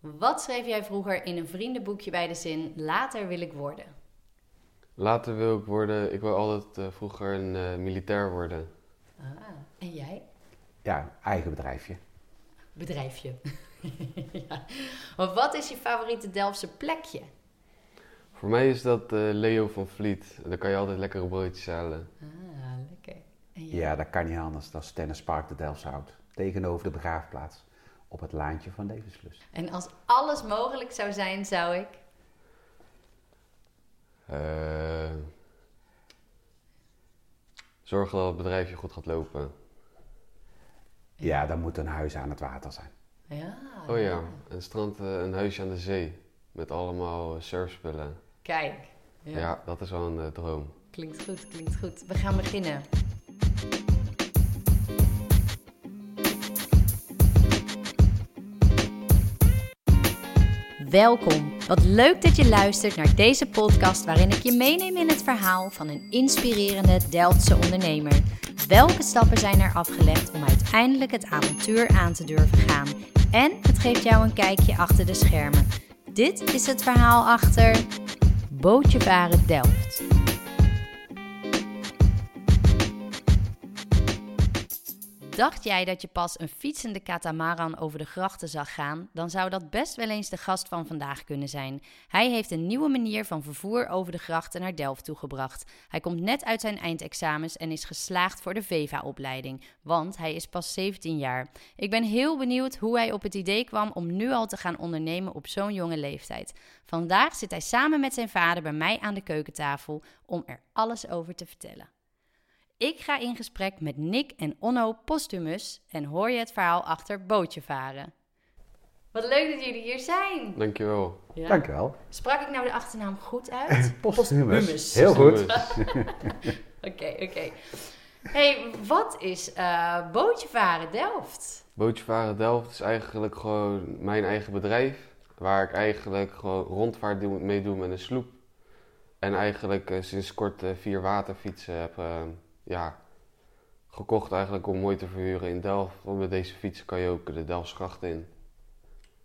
Wat schreef jij vroeger in een vriendenboekje bij de zin later wil ik worden? Later wil ik worden, ik wil altijd eh, vroeger een eh, militair worden. Ah, en jij? Ja, eigen bedrijfje. Bedrijfje. ja. Maar wat is je favoriete Delftse plekje? Voor mij is dat eh, Leo van Vliet. Daar kan je altijd lekkere broodjes halen. Ah, lekker. En jij? Ja, dat kan niet anders. Dat is Tennispark de Delfshout. Tegenover de begraafplaats. Op het laantje van Levenslust. En als alles mogelijk zou zijn, zou ik. Eh, zorg dat het bedrijfje goed gaat lopen. Ja, dan moet een huis aan het water zijn. Ja. Oh ja, een strand, eh, een huisje aan de zee. Met allemaal eh, surfspullen. Kijk. Ja, dat is wel een eh, droom. Klinkt goed, klinkt goed. We gaan beginnen. Welkom. Wat leuk dat je luistert naar deze podcast waarin ik je meeneem in het verhaal van een inspirerende Delftse ondernemer. Welke stappen zijn er afgelegd om uiteindelijk het avontuur aan te durven gaan? En het geeft jou een kijkje achter de schermen. Dit is het verhaal achter Bootje Varen Delft. Dacht jij dat je pas een fietsende katamaran over de grachten zag gaan, dan zou dat best wel eens de gast van vandaag kunnen zijn. Hij heeft een nieuwe manier van vervoer over de grachten naar Delft toegebracht. Hij komt net uit zijn eindexamens en is geslaagd voor de VEVA-opleiding, want hij is pas 17 jaar. Ik ben heel benieuwd hoe hij op het idee kwam om nu al te gaan ondernemen op zo'n jonge leeftijd. Vandaag zit hij samen met zijn vader bij mij aan de keukentafel om er alles over te vertellen. Ik ga in gesprek met Nick en Onno Postumus en hoor je het verhaal achter Bootje Varen. Wat leuk dat jullie hier zijn. Dankjewel. Dankjewel. Sprak ik nou de achternaam goed uit? Posthumus. Posthumus. Heel goed. Oké, oké. hey, wat is eh Bootje Varen Delft? Bootjevaren Delft is eigenlijk gewoon mijn eigen bedrijf. Waar ik eigenlijk gewoon rondvaart doe, mee doe met een sloep. En eigenlijk eh, sinds kort eh, vier waterfietsen heb eh, ja, gekocht eigenlijk om mooi te verhuren in Delft. Want met deze fietsen kan je ook de Delftsgracht in.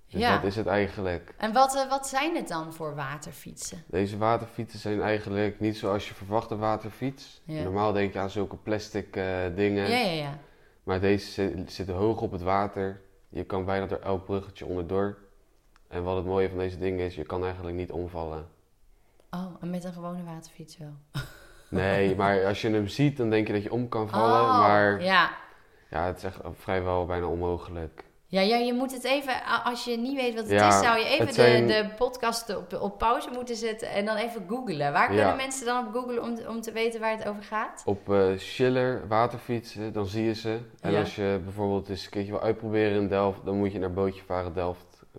Dus Ja. dat is het eigenlijk. En wat, eh, wat zijn het dan voor waterfietsen? Deze waterfietsen zijn eigenlijk niet zoals je verwacht een waterfiets. Ja. Normaal denk je aan zulke plastic eh, dingen. Ja, ja, ja. Maar deze zi- zitten hoog op het water. Je kan bijna door elk bruggetje onderdoor. En wat het mooie van deze dingen is, je kan eigenlijk niet omvallen. Oh, en met een gewone waterfiets wel. Nee, maar als je hem ziet, dan denk je dat je om kan vallen. Oh, maar ja. Ja. het is echt vrijwel bijna onmogelijk. Ja, ja, je moet het even, a- als je niet weet wat het Ja, is, zou je even het zijn- de, de podcast op, op pauze moeten zetten en dan even googlen. Waar Ja. kunnen mensen dan op googlen om, om te weten waar het over gaat? Op eh, Schiller waterfietsen, dan zie je ze. En Ja. als je bijvoorbeeld eens een keertje wil uitproberen in Delft, dan moet je naar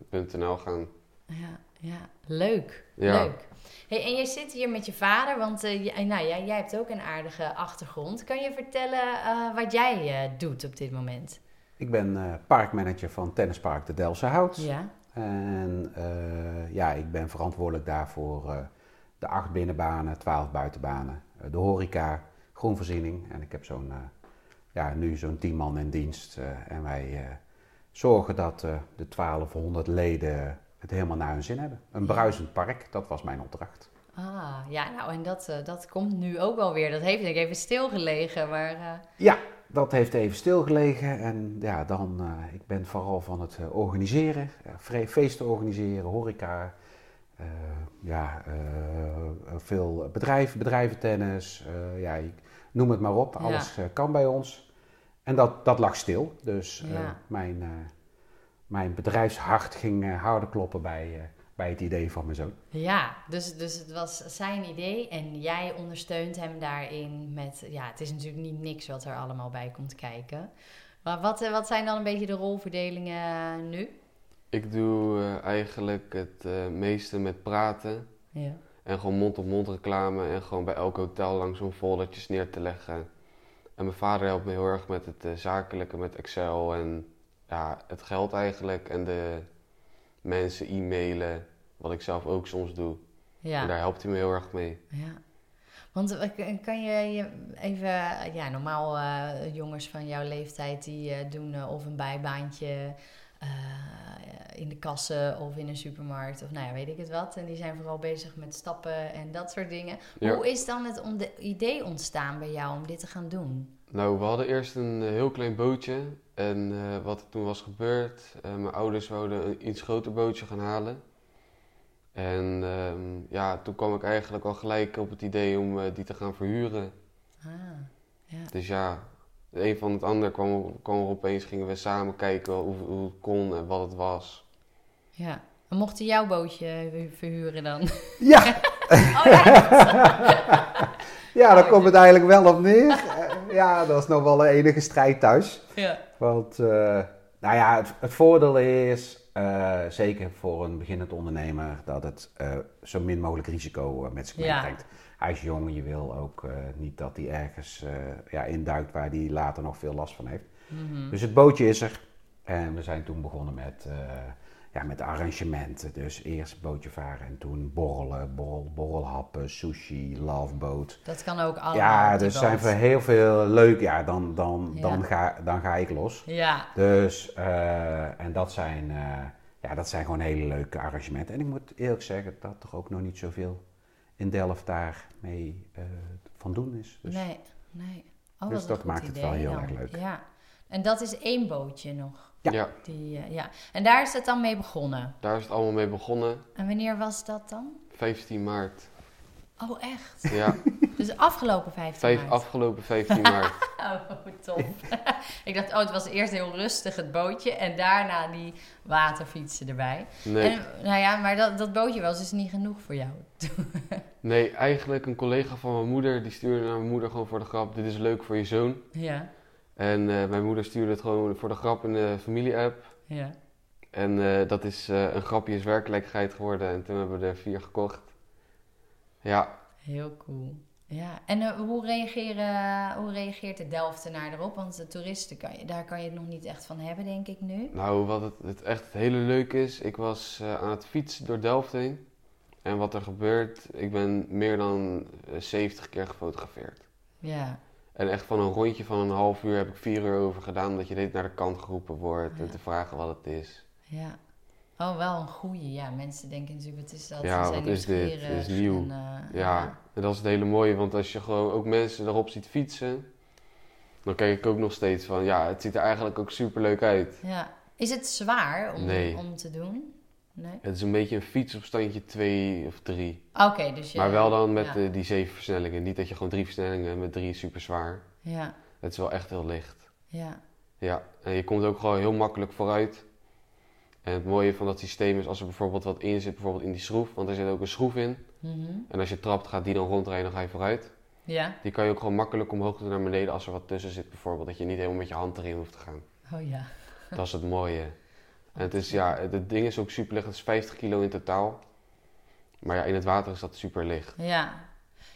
bootjevarendelft.nl gaan. Ja, ja. leuk. Ja. Leuk. Hey, en jij zit hier met je vader, want eh, jij- nou, jij, jij hebt ook een aardige achtergrond. Kan je vertellen eh, wat jij eh, doet op dit moment? Ik ben eh, parkmanager van Tennispark de Delftse Hout. Ja. En eh, ja, ik ben verantwoordelijk daarvoor eh, de acht binnenbanen, twaalf buitenbanen, eh, de horeca, groenvoorziening. En ik heb zo'n, eh, ja, nu zo'n tien man in dienst. eh, en wij eh, zorgen dat eh, de 1200 leden het helemaal naar hun zin hebben. Een bruisend park, dat was mijn opdracht. Ah, ja, nou en dat, eh, dat komt nu ook wel weer. Dat heeft denk ik even stilgelegen, maar... eh, Ja, dat heeft even stilgelegen. En ja, dan, eh, ik ben vooral van het eh, organiseren, eh, vre- feesten organiseren, horeca. eh, ja, eh, veel bedrijven, bedrijventennis. eh, ja, ik noem het maar op. Ja. Alles eh, kan bij ons. En dat, dat lag stil. Dus eh, Ja. mijn, eh, mijn bedrijfshart ging eh, harder kloppen bij, eh, bij het idee van mijn zoon. Ja, dus, dus het was zijn idee en jij ondersteunt hem daarin met... Ja, het is natuurlijk niet niks wat er allemaal bij komt kijken. Maar wat, eh, wat zijn dan een beetje de rolverdelingen eh, nu? Ik doe eh, eigenlijk het eh, meeste met praten. Ja. En gewoon mond-op-mond reclame en gewoon bij elk hotel langs om foldertjes neer te leggen. En mijn vader helpt me heel erg met het eh, zakelijke, met Excel en ja, het geld eigenlijk. En de mensen e-mailen, wat ik zelf ook soms doe. En Ja, daar helpt hij me heel erg mee. ja. Want eh, k- kan je je even... Ja, normaal eh, jongens van jouw leeftijd die eh, doen eh, of een bijbaantje... eh, in de kassen of in een supermarkt of nou ja, weet ik het wat. En die zijn vooral bezig met stappen en dat soort dingen. Ja. Hoe is dan het on- de idee ontstaan bij jou om dit te gaan doen? Nou, we hadden eerst een eh, heel klein bootje. En eh, wat er toen was gebeurd, eh, mijn ouders wilden een iets groter bootje gaan halen. En ehm, ja, toen kwam ik eigenlijk al gelijk op het idee om eh, die te gaan verhuren. Ah, ja. Dus ja, de een van het ander kwam, kwam er opeens, gingen we samen kijken hoe, hoe het kon en wat het was. ja. En mocht hij jouw bootje hu- verhuren dan? Ja! Oh ja, Ja, daar komt het eigenlijk wel op neer. Eh, Ja, dat is nog wel een enige strijd thuis. ja. Want, eh, nou ja, het, het voordeel is, eh, zeker voor een beginnend ondernemer, dat het eh, zo min mogelijk risico eh, met zich Ja. meebrengt. Hij is jong, je wil ook eh, niet dat hij ergens eh, ja, induikt waar hij later nog veel last van heeft. Mhm. Dus het bootje is er. En we zijn toen begonnen met, eh, ja, met de arrangementen. Dus eerst bootje varen en toen borrelen, borrel, borrelhappen, sushi, loveboat. Dat kan ook allemaal. Ja, op die dus zijn boot. voor heel veel leuk. Ja, dan, dan, Ja. Dan, ga, dan ga ik los. Ja, Dus, eh, en dat zijn, eh, ja, dat zijn gewoon hele leuke arrangementen. En ik moet eerlijk zeggen dat er ook nog niet zoveel in Delft daar mee eh, van doen is. Dus, nee, nee. Oh, Dus wat dat een goed maakt het idee wel heel dan. erg leuk. Ja. En dat is één bootje nog. Ja. Die, eh, ja. En daar is het dan mee begonnen. daar is het allemaal mee begonnen. En wanneer was dat dan? 15 maart. Oh, echt? Ja, Dus afgelopen 15 vijf, maart. afgelopen 15 maart. Oh, tof. ik dacht, oh, het was eerst heel rustig het bootje en daarna die waterfietsen erbij. Nee, En, nou ja, maar dat, dat bootje was dus niet genoeg voor jou. nee, eigenlijk een collega van mijn moeder, die stuurde naar mijn moeder gewoon voor de grap, dit is leuk voor je zoon. Ja, En eh, mijn moeder stuurde het gewoon voor de grap in de familie-app. ja. En eh, dat is eh, een grapje is werkelijkheid geworden. En toen hebben we er vier gekocht. Ja, Heel cool. Ja, en eh, hoe, reageren, hoe reageert de Delftenaar erop? Want de toeristen, kan je, daar kan je het nog niet echt van hebben, denk ik nu. nou wat het, het echt het hele leuk is. Ik was eh, aan het fietsen door Delft heen. En wat er gebeurt, ik ben meer dan eh, 70 keer gefotografeerd. Ja, En echt van een rondje van een half uur heb ik vier uur over gedaan. Omdat je dit naar de kant geroepen wordt en Ja. te vragen wat het is. ja. Oh, wel een goeie. Ja, mensen denken natuurlijk, wat is dat? Ja, Ze zijn wat is dit? nieuwsgierig Dit is nieuw. en, eh, Ja, en dat is het hele mooie, want als je gewoon ook mensen erop ziet fietsen, dan kijk ik ook nog steeds van, ja, het ziet er eigenlijk ook super leuk uit. Ja. Is het zwaar om, Nee. om te doen? Nee. Het is een beetje een fiets op standje 2 of 3. Oké, dus je... Maar wel dan met ja. eh, die zeven versnellingen. Niet dat je gewoon drie versnellingen met drie is super zwaar. Ja, Het is wel echt heel licht. ja, Ja, en je komt ook gewoon heel makkelijk vooruit. En het mooie van dat systeem is als er bijvoorbeeld wat in zit, bijvoorbeeld in die schroef, want er zit ook een schroef in. Mhm. En als je trapt, gaat die dan rondrijden, dan ga je vooruit. ja. Die kan je ook gewoon makkelijk omhoog doen naar beneden als er wat tussen zit bijvoorbeeld. Dat je niet helemaal met je hand erin hoeft te gaan. Oh ja. Dat is het mooie. En het is, ja, het, het ding is ook super licht. Het is 50 kilo in totaal. Maar ja, in het water is dat super licht. Ja.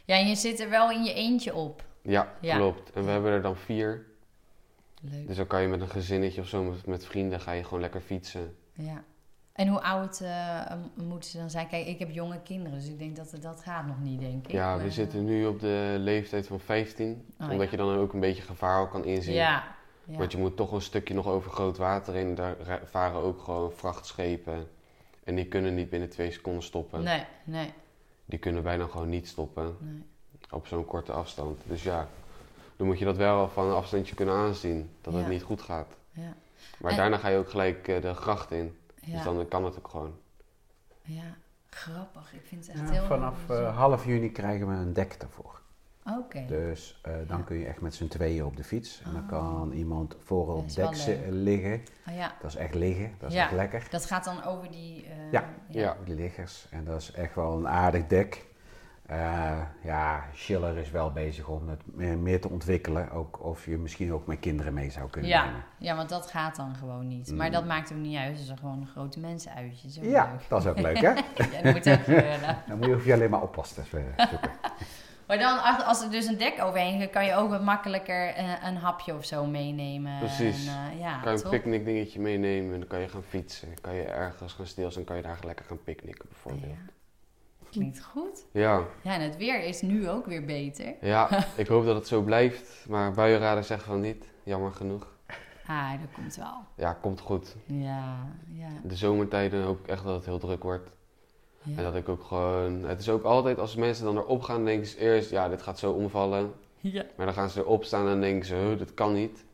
Ja, en je zit er wel in je eentje op. Ja, Ja. klopt. En we hebben er dan vier. Leuk. Dus dan kan je met een gezinnetje of zo, met, met vrienden, ga je gewoon lekker fietsen. Ja. En hoe oud eh, m- moeten ze dan zijn? Kijk, ik heb jonge kinderen, dus ik denk dat dat gaat nog niet, denk ik. ja, Maar, we eh, zitten nu op de leeftijd van 15. Oh, omdat ja. je dan ook een beetje gevaar al kan inzien. Ja. ja. Want je moet toch een stukje nog over groot water in. Daar ra- varen ook gewoon vrachtschepen. En die kunnen niet binnen twee seconden stoppen. Nee, nee, Die kunnen bijna gewoon niet stoppen. nee. op zo'n korte afstand. Dus ja, dan moet je dat wel van een afstandje kunnen aanzien, dat het Ja. niet goed gaat. Ja. Maar En- daarna ga je ook gelijk eh, de gracht in. Dus Ja. dan kan het ook gewoon. ja. Grappig. Ik vind het echt Ja, heel vanaf bijzonder. eh, half juni krijgen we een dek daarvoor. Oké. Dus eh, dan Ja. kun je echt met z'n tweeën op de fiets. En dan Ah. kan iemand voor Dat op is dek wel zi- leuk. liggen. Oh, ja. Dat is echt liggen, dat is Ja. echt lekker. Dat gaat dan over die... eh, Ja. Ja, Die liggers. En dat is echt wel een aardig dek. Eh, ja, Schiller is wel bezig om het meer, meer te ontwikkelen. Ook of je misschien ook met kinderen mee zou kunnen Ja, nemen. ja, want dat gaat dan gewoon niet. Maar Mm. dat maakt ook niet uit. Het is gewoon een grote mensenuitje. Zo Ja, leuk. dat is ook leuk hè. Ja, dat moet ook gebeuren. Dan moet je, hoef je alleen maar oppassen te zoeken. Maar dan, ach- als er dus een dek overheen gaat, kan je ook wat makkelijker eh, een hapje of zo meenemen. Precies. En, eh, ja, kan je een toch? picknick dingetje meenemen en dan kan je gaan fietsen. Dan kan je ergens gaan stilstaan en kan je daar lekker gaan picknicken bijvoorbeeld. Ja. Klinkt goed. Ja, Ja, en het weer is nu ook weer beter. ja, ik hoop dat het zo blijft. Maar buienraden zeggen van niet, jammer genoeg. Ah, dat komt wel. Ja, komt goed. Ja, ja. De zomertijden hoop ik echt dat het heel druk wordt. En Ja. dat ik ook gewoon... Het is ook altijd als mensen dan erop gaan, denken ze eerst... Ja, dit gaat zo omvallen. ja. Maar dan gaan ze erop staan en denken ze... Huh, dat kan niet.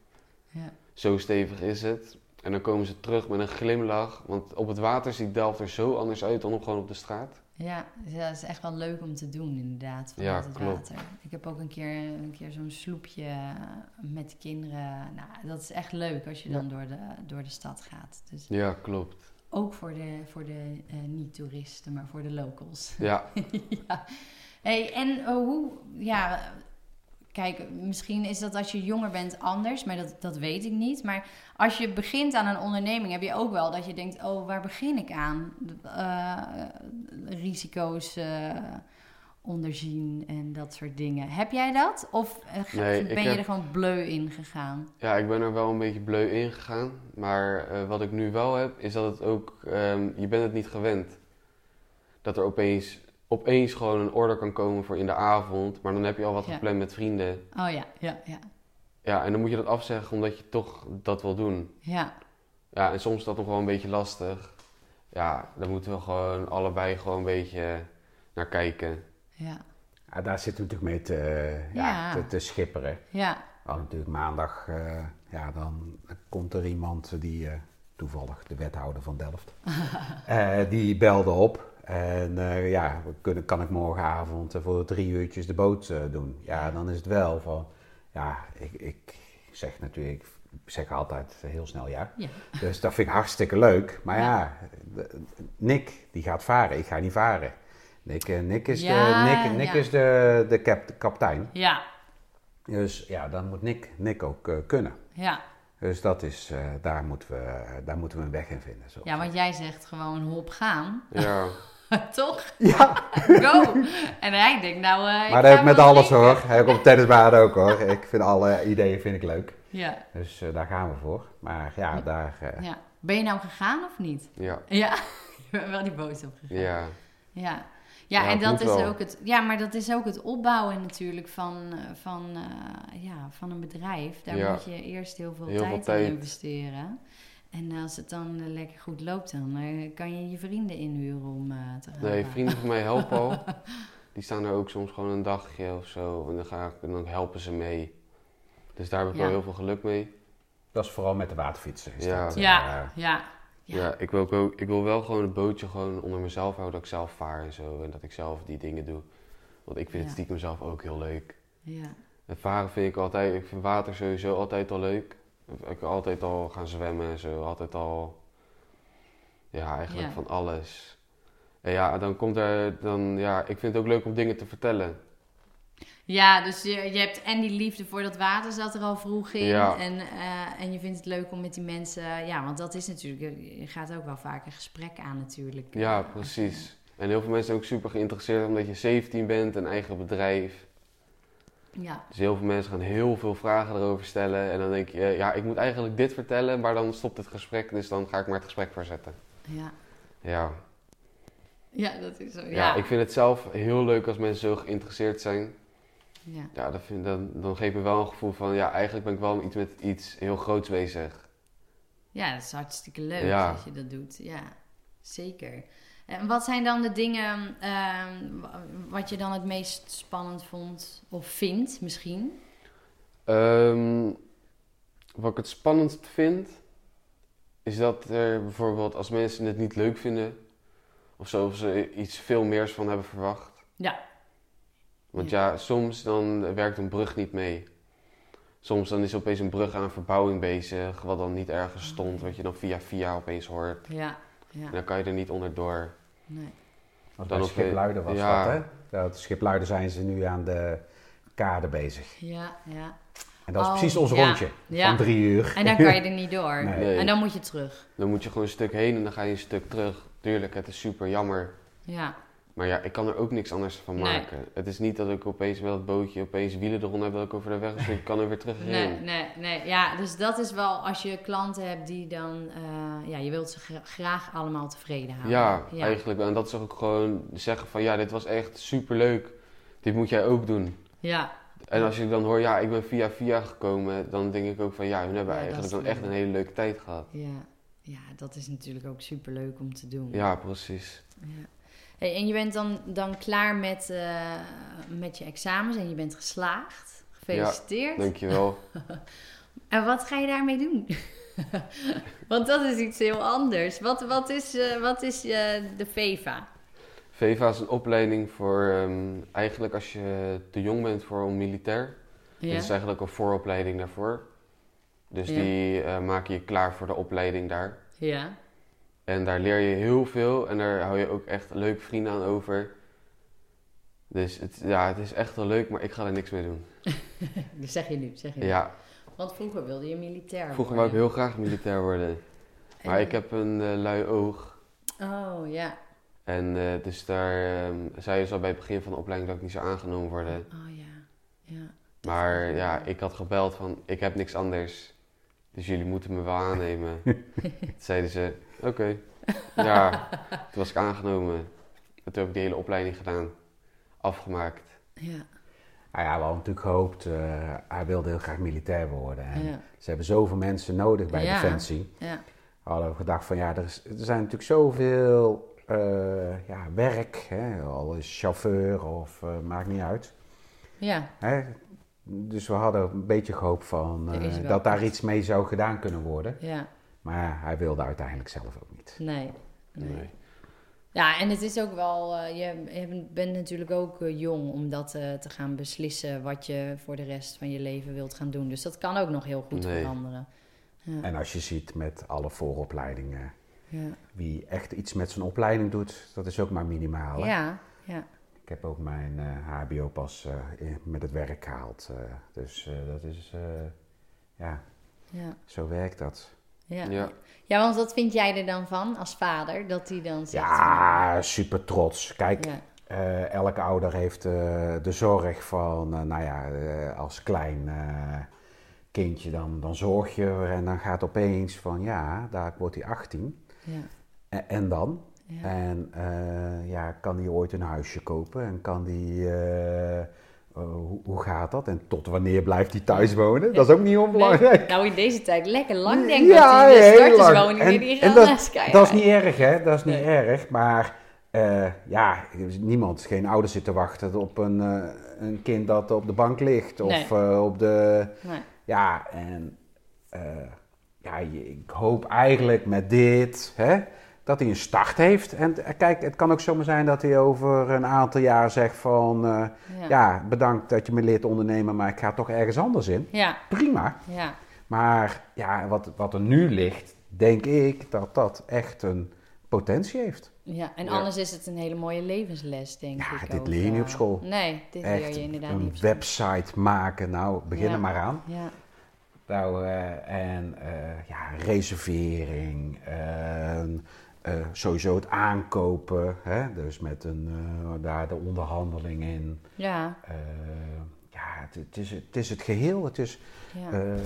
Ja. Zo stevig is het. En dan komen ze terug met een glimlach. Want op het water ziet Delft er zo anders uit dan op, gewoon op de straat. Ja, dus ja, dat is echt wel leuk om te doen, inderdaad. Van Ja, het klopt. water. Ik heb ook een keer, een keer zo'n sloepje met de kinderen. Nou, dat is echt leuk als je dan door de, door de stad gaat. Dus Ja, klopt. ook voor de, voor de eh, niet-toeristen, maar voor de locals. Ja, ja. Hey, en eh, hoe, ja, eh, kijk, misschien is dat als je jonger bent anders, maar dat, dat weet ik niet. Maar als je begint aan een onderneming, heb je ook wel dat je denkt, oh, waar begin ik aan? Eh, risico's eh, onderzien en dat soort dingen. Heb jij dat? Of eh, ge- Nee, ik ben je heb- er gewoon bleu in gegaan? Ja, ik ben er wel een beetje bleu in gegaan. Maar eh, wat ik nu wel heb, is dat het ook... ehm, je bent het niet gewend. Dat er opeens, opeens gewoon een order kan komen voor in de avond. Maar dan heb je al wat Ja. gepland met vrienden. Oh ja, ja, ja. Ja, en dan moet je dat afzeggen omdat je toch dat wil doen. Ja, Ja, en soms is dat nog wel een beetje lastig. Ja, daar moeten we gewoon allebei gewoon een beetje naar kijken. ja, Ja, Ah, daar zitten we natuurlijk mee te, ja. Ja. te, te schipperen. ja. Want Oh, natuurlijk maandag, eh, ja, dan komt er iemand die, eh, toevallig de wethouder van Delft, eh, die belde op. En eh, ja, we kunnen, kan ik morgenavond eh, voor drie uurtjes de boot eh, doen? Ja, dan is het wel van, ja, ik, ik zeg natuurlijk, ik zeg altijd heel snel ja. ja. Dus dat vind ik hartstikke leuk. Maar ja, de- Nick die gaat varen, ik ga niet varen. Nick, eh, Nick is, Ja, de, Nick, Nick ja. is de, de, kap, de kapitein. Ja, Dus ja, dan moet Nick, Nick ook eh, kunnen. ja. Dus dat is, eh, daar, moeten we, daar moeten we een weg in vinden. Zo. Ja, want jij zegt gewoon hop gaan, Ja, toch? Ja, Go! En hij denkt, nou. eh, ik maar ga dat heb ik met wel alles drinken. hoor. Heb ik op tennisbaden ook hoor. Ik vind alle ideeën vind ik leuk. Ja, Dus eh, daar gaan we voor. Maar ja, daar... eh, ja. Ben je nou gegaan of niet? ja, Ja, je bent wel die boot opgegaan. ja. Ja. Ja, Ja, en het dat moet is wel. ook het, ja, maar dat is ook het opbouwen natuurlijk van, eh, van, eh, ja, van een bedrijf. Daar Ja. moet je eerst heel veel Heel tijd veel in tijd. investeren. En als het dan eh, lekker goed loopt, dan eh, kan je je vrienden inhuren om eh, te gaan. Nee, varen. vrienden van mij helpen al. Die staan er ook soms gewoon een dagje of zo. En dan, ga ik, en dan helpen ze mee. Dus daar heb ik Ja. wel heel veel geluk mee. Dat is vooral met de waterfietsen. is Ja. dat, eh, Ja, ja, Ja, ja, ja. ik, wil ook wel, ik wil wel gewoon het bootje gewoon onder mezelf houden. Dat ik zelf vaar en zo. En dat ik zelf die dingen doe. Want ik vind Ja. het stiekem zelf ook heel leuk. ja. En varen vind ik altijd... Ik vind water sowieso altijd al leuk. Ik ben altijd al gaan zwemmen en zo. Altijd al... Ja, eigenlijk Ja. van alles. En ja, dan komt er... Dan, ja, ik vind het ook leuk om dingen te vertellen. Ja, dus je, je hebt en die liefde voor dat water zat er al vroeg in. Ja. En, eh, en je vindt het leuk om met die mensen... eh, Ja, want dat is natuurlijk... eh, Je gaat ook wel vaak een gesprek aan natuurlijk. eh. Ja, precies. En heel veel mensen zijn ook super geïnteresseerd omdat je 17 bent, een eigen bedrijf. Ja, Dus heel veel mensen gaan heel veel vragen erover stellen. En dan denk je, eh, ja, ik moet eigenlijk dit vertellen, maar dan stopt het gesprek. Dus dan ga ik maar het gesprek verzetten. ja. Ja. Ja, dat is zo. Ja, Ja. ik vind het zelf heel leuk als mensen zo geïnteresseerd zijn. ja. Ja, dat vind, dan, dan geeft me wel een gevoel van, ja, eigenlijk ben ik wel iets met iets heel groots bezig. ja dat is hartstikke leuk Ja. dat je dat doet. Ja, zeker. En wat zijn dan de dingen ehm, wa- wat je dan het meest spannend vond of vindt misschien? Ehm, wat ik het spannendst vind, is dat er bijvoorbeeld als mensen het niet leuk vinden, of zo, of ze iets veel meers van hebben verwacht. Ja. Want ja, soms dan werkt een brug niet mee. Soms dan is opeens een brug aan verbouwing bezig, wat dan niet ergens stond, wat je dan via via opeens hoort. Ja, ja. En dan kan je er niet onderdoor. Nee. Want Dan bij op de- Schipluiden was ja. dat, hè? Dat Schipluiden zijn ze nu aan de kade bezig. Ja, ja. En dat is Oh, precies ons ja. rondje Ja. van drie uur. En dan kan je er niet door. Nee. Nee. En dan moet je terug. Dan moet je gewoon een stuk heen en dan ga je een stuk terug. Tuurlijk, het is super jammer. Ja. Maar ja, ik kan er ook niks anders van Nee. maken. Het is niet dat ik opeens met dat bootje opeens wielen eronder heb dat ik over de weg is. Ik kan er weer terug Nee, heen. nee, nee. Ja, dus dat is wel als je klanten hebt die dan... eh, ja, je wilt ze gra- graag allemaal tevreden houden. Ja, Nou, ja. eigenlijk. wel. En dat is ook gewoon zeggen van ja, dit was echt super leuk. Dit moet jij ook doen. Ja, En als je dan hoort, ja, ik ben via via gekomen, dan denk ik ook van, ja, hun hebben Ja, dat eigenlijk is dan leuk. echt een hele leuke tijd gehad. Ja. ja, dat is natuurlijk ook superleuk om te doen. Ja, precies. Ja. Hey, en je bent dan, dan klaar met, eh, met je examens en je bent geslaagd. Gefeliciteerd. Dankjewel. en wat ga je daarmee doen? Want dat is iets heel anders. Wat, wat is, eh, wat is eh, de VEVA? VEVA is een opleiding voor, ehm, eigenlijk als je te jong bent voor om militair, Ja. Dat is eigenlijk een vooropleiding daarvoor. Dus Ja. die eh, maak je klaar voor de opleiding daar. ja. En daar leer je heel veel en daar hou je ook echt leuke vrienden aan over. Dus het, ja, het is echt wel leuk, maar ik ga er niks mee doen. Dat zeg je nu, zeg je nu. Ja, Want vroeger wilde je militair vroeger wou ik worden. heel graag militair worden. En- Maar ik heb een eh, lui oog. Oh, ja. En eh, dus daar ehm zei dus al bij het begin van de opleiding dat ik niet zou aangenomen worden. Oh, ja. Ja. Maar ja, ik had gebeld van, ik heb niks anders. Dus jullie moeten me wel aannemen. Toen zeiden ze, oké. Ja, toen was ik aangenomen. En toen heb ik die hele opleiding gedaan. Afgemaakt. Ja. Nou ja, we hadden natuurlijk gehoopt, eh, hij wilde heel graag militair worden. En Ja. Ze hebben zoveel mensen nodig bij Ja. Defensie. Ja. Hadden we gedacht van ja, er, is, er zijn natuurlijk zoveel eh, ja, werk, hè, al is chauffeur of eh, maakt niet uit. Ja. Hè? Dus we hadden een beetje gehoopt van, Er is eh, wel dat daar echt. iets mee zou gedaan kunnen worden. Ja. Maar hij wilde uiteindelijk zelf ook niet. Nee. Nee. Nee. Ja, en het is ook wel, eh, je, je bent natuurlijk ook eh, jong om dat eh, te gaan beslissen wat je voor de rest van je leven wilt gaan doen. Dus dat kan ook nog heel goed Nee. veranderen. Ja. En als je ziet met alle vooropleidingen, Ja. wie echt iets met zijn opleiding doet, dat is ook maar Nou, minimaal. hè? ja, ja, Ik heb ook mijn eh, HBO pas eh, in- met het werk gehaald. eh, dus eh, dat is, eh, ja, ja, zo werkt dat. ja. Ja. Ja, want wat vind jij er dan van als vader? Dat hij dan zegt... Ja, super trots. Kijk, Ja, eh, elke ouder heeft eh, de zorg van, eh, nou ja, eh, als klein eh, kindje dan, dan zorg je er en dan gaat opeens van, ja, daar wordt hij 18. ja, E- en dan? ja. En eh, ja, kan die ooit een huisje kopen? En kan die. eh, eh, hoe, hoe gaat dat? En tot wanneer blijft die thuis wonen? Dat is ook niet onbelangrijk. Nee, nou, in deze tijd lekker lang denk ik Mm, Ja, dat die heel starters lang. wonen en, die En- en gaan naast kijken. Dat is niet erg, hè? Dat is niet Nee. erg. Maar eh, ja, er is niemand, geen ouders zitten wachten op een, eh, een kind dat op de bank ligt. Of Nee. eh, op de. Nee. Ja, en eh, ja, je- ik hoop eigenlijk met dit hè, dat hij een start heeft. En eh, kijk, het kan ook zomaar zijn dat hij over een aantal jaar zegt van... eh, Ja. ja. bedankt dat je me leert ondernemen, maar ik ga toch ergens anders in. Ja, Prima. ja, Maar ja, wat, wat er nu ligt, denk ik dat dat echt een potentie heeft. ja. En Ja. anders is het een hele mooie levensles, denk Ja, ik dit ook, leer je niet eh. op school. Nee, dit leer Echt je inderdaad niet een op school. website maken. Nou, begin Ja. er maar aan. Ja, Nou, eh, en eh, ja, reservering, en, eh, sowieso het aankopen, hè? dus met een, eh, daar de onderhandeling in. ja, Eh, ja, het, het, is, het is het geheel. Het is, ja. eh, eh,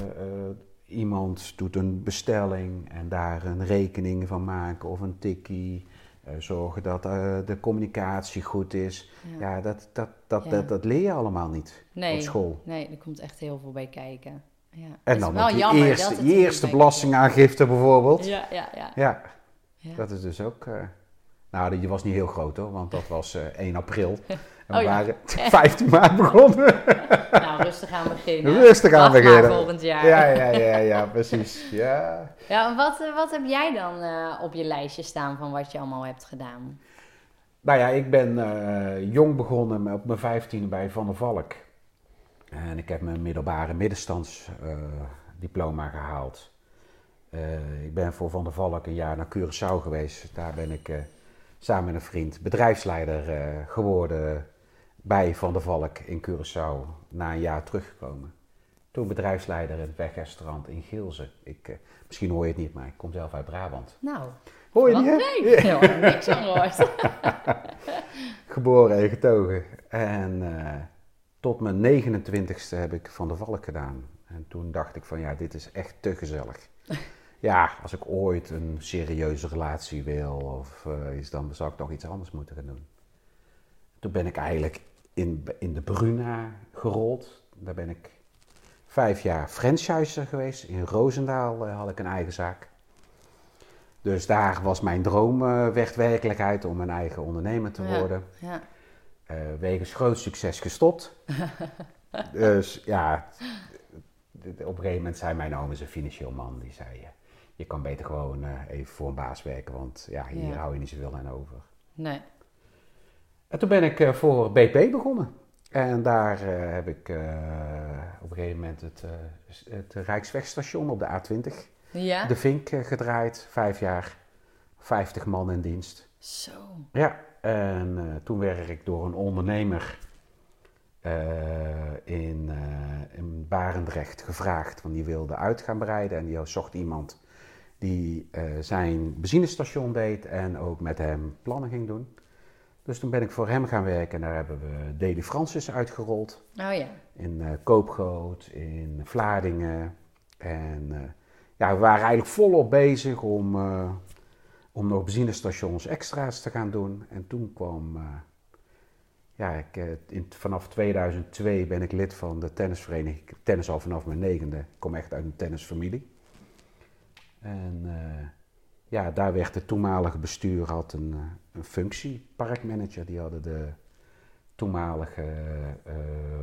iemand doet een bestelling en daar een rekening van maken of een tikkie. Eh, zorgen dat eh, de communicatie goed is. Ja. Ja, dat, dat, dat, Ja. Dat, dat leer je allemaal niet nee, op school. Nee, er komt echt heel veel bij kijken. Ja. Het En is dan wel ook die jammer dat eerste, het er je niet eerste bij belastingaangifte bijvoorbeeld. komt. Ja. Ja, ja, ja. Ja. dat is dus ook... eh, nou, die was niet heel groot hoor, want dat was eh, 1 april. En we Oh ja. waren 15 maart begonnen. Nou, rustig aan beginnen. Rustig aan Wacht maar beginnen. volgend jaar. Ja, Ja, ja, ja, ja, precies. Ja. wat, eh, wat heb jij dan eh, op je lijstje staan van wat je allemaal hebt gedaan? Nou ja, ik ben eh, jong begonnen met- op mijn 15 bij Van der Valk. En ik heb mijn middelbare middenstandsdiploma gehaald. Eh, ik ben voor Van der Valk een jaar naar Curaçao geweest. Daar ben ik eh, samen met een vriend bedrijfsleider eh, geworden bij Van der Valk in Curaçao. Na een jaar teruggekomen. Toen bedrijfsleider in het wegrestaurant in Geelze. Ik, eh, misschien hoor je het niet, maar ik kom zelf uit Brabant. Nou, Hoor je wat niet, hè? nee, ik heb er niks aan gehoord. geboren en getogen. En eh, tot mijn 29ste heb ik Van de Valk gedaan. En toen dacht ik van ja, dit is echt te gezellig. ja, als ik ooit een serieuze relatie wil of eh, iets, dan zou ik toch iets anders moeten gaan doen. Toen ben ik eigenlijk in, in de Bruna gerold. Daar ben ik vijf jaar franchiser geweest. In Roosendaal eh, had ik een eigen zaak. Dus daar was mijn droom eh, werd werkelijkheid om een eigen ondernemer te Ja. worden. Ja. Eh, wegens groot succes gestopt. dus ja, d- d- op een gegeven moment zei mijn oom, is een financieel man, die zei... eh, je kan beter gewoon eh, even voor een baas werken, want ja, hier Ja. hou je niet zoveel aan over. Nee. En toen ben ik eh, voor BP begonnen. En daar eh, heb ik eh, op een gegeven moment het, eh, s- het Rijkswegstation op de A20, Ja? de Vink, eh, gedraaid. Vijf jaar, 50 man in dienst. Zo. Ja, en eh, toen werd ik door een ondernemer eh, in, eh, in Barendrecht gevraagd, want die wilde uit gaan breiden. En die zocht iemand die eh, zijn benzinestation deed en ook met hem plannen ging doen. Dus toen ben ik voor hem gaan werken en daar hebben we Dede Francis uitgerold. Oh ja. In eh Koopgoot, in Vlaardingen. En eh, ja, we waren eigenlijk volop bezig om, eh, om nog benzinestations extra's te gaan doen. En toen kwam, eh, ja, ik, eh, in, vanaf 2002 ben ik lid van de tennisvereniging. Ik Tennis al vanaf mijn negende. Ik kom echt uit een tennisfamilie. En eh, ja, daar werd het toenmalige bestuur had een, eh, een functie, parkmanager. Die hadden de toenmalige eh,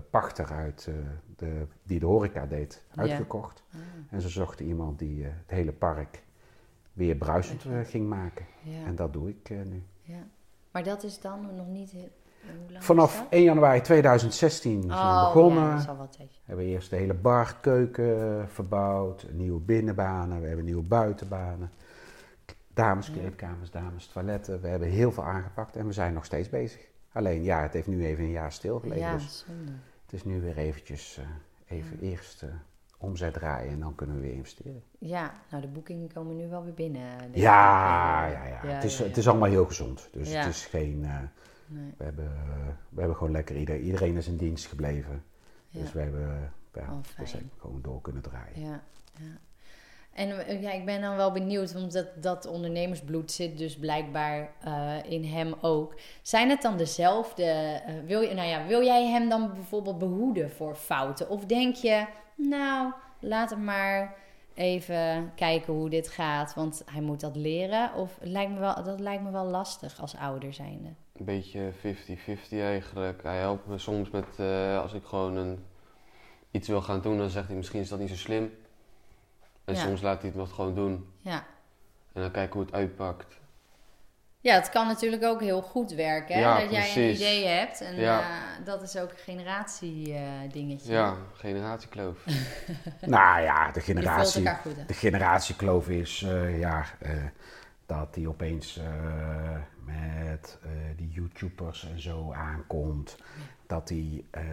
pachter uit, eh, de, die de horeca deed, Ja. uitgekocht. Ah, En ze zochten iemand die eh, het hele park weer bruisend eh, ging maken. Ja. En dat doe ik eh, nu. ja. Maar dat is dan nog niet... heel- Hoe lang is Vanaf dat? 1 januari 2016 zijn Oh, we begonnen. Ja, dat is al wat tijdje. Hebben we eerst de hele bar, keuken eh, verbouwd, nieuwe binnenbanen, we hebben nieuwe buitenbanen. Dames, kleedkamers, dames, toiletten. We hebben heel veel aangepakt en we zijn nog steeds bezig. Alleen ja, het heeft nu even een jaar stilgelegen. Ja, Dus zonde. het is nu weer eventjes, eh, even eerst eh, omzet draaien en dan kunnen we weer investeren. Ja, nou de boekingen komen nu wel weer binnen. denk ik. Ja, ja, ja. Ja, het, is, ja, het ja. is allemaal heel gezond. Dus Ja. het is geen. eh, Nee, we, hebben, eh, we hebben gewoon lekker ieder, iedereen is in dienst gebleven. ja. Dus we hebben. eh, ja, Oh, dus fijn. hebben gewoon door kunnen draaien. Ja, ja. En eh, ja, ik ben dan wel benieuwd, omdat dat ondernemersbloed zit dus blijkbaar eh, in hem ook. Zijn het dan dezelfde? eh, wil, je, nou ja, wil jij hem dan bijvoorbeeld behoeden voor fouten? Of denk je, nou, laat hem maar even kijken hoe dit gaat, want hij moet dat leren? Of het lijkt me wel, dat lijkt me wel lastig als ouder zijnde. Een beetje 50-50 eigenlijk. Hij helpt me soms met eh, als ik gewoon een, iets wil gaan doen, dan zegt hij misschien is dat niet zo slim. En Ja. soms laat hij het nog gewoon doen. Ja. En dan kijken hoe het uitpakt. Ja, het kan natuurlijk ook heel goed werken. Hè? Ja, dat jij een precies. idee hebt. En Ja. eh, dat is ook een generatie eh, dingetje. Ja, generatiekloof. Nou ja, de Je vult generatie. elkaar goed. hè? De generatiekloof is eh, ja, eh, dat die opeens eh, met eh, die YouTubers en zo aankomt. Dat die, eh,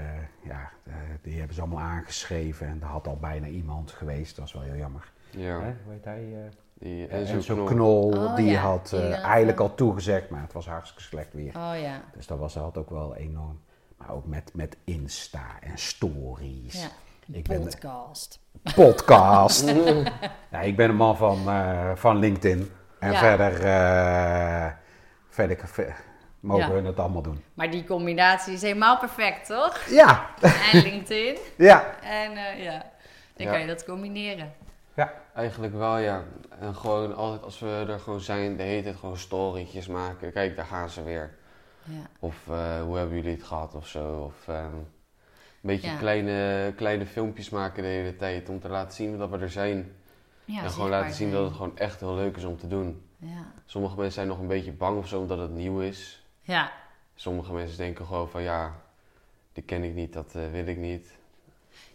ja, eh, die hebben ze allemaal aangeschreven en dat had al bijna iemand geweest. Dat is wel heel jammer. Ja, Hè, Hoe heet hij? eh? die Enzo, Enzo Knol. Knol, Oh, die ja, had eh, die, eh, eigenlijk al toegezegd, maar het was hartstikke slecht weer. Oh ja. Dus dat was altijd ook wel enorm. Maar ook met, met Insta en stories. ja. Ik ben- eh, Podcast. podcast. ja, ik ben een man van, eh, van LinkedIn. En Ja. verder, eh, verder ver- mogen Ja. we het allemaal doen. Maar die combinatie is helemaal perfect, toch? Ja, En LinkedIn. ja. En eh, ja, dan Ja. kan je dat combineren. Eigenlijk wel, ja. En gewoon altijd als we er gewoon zijn, de hele tijd gewoon storytjes maken. Kijk, daar gaan ze weer. Ja. Of eh, hoe hebben jullie het gehad of zo. Of ehm, een beetje Ja. kleine, kleine filmpjes maken de hele tijd om te laten zien dat we er zijn. ja en gewoon laten zien dat het gewoon echt heel leuk is om te doen. Ja. Sommige mensen zijn nog een beetje bang of zo omdat het nieuw is. ja. Sommige mensen denken gewoon van ja, die ken ik niet, dat eh, wil ik niet.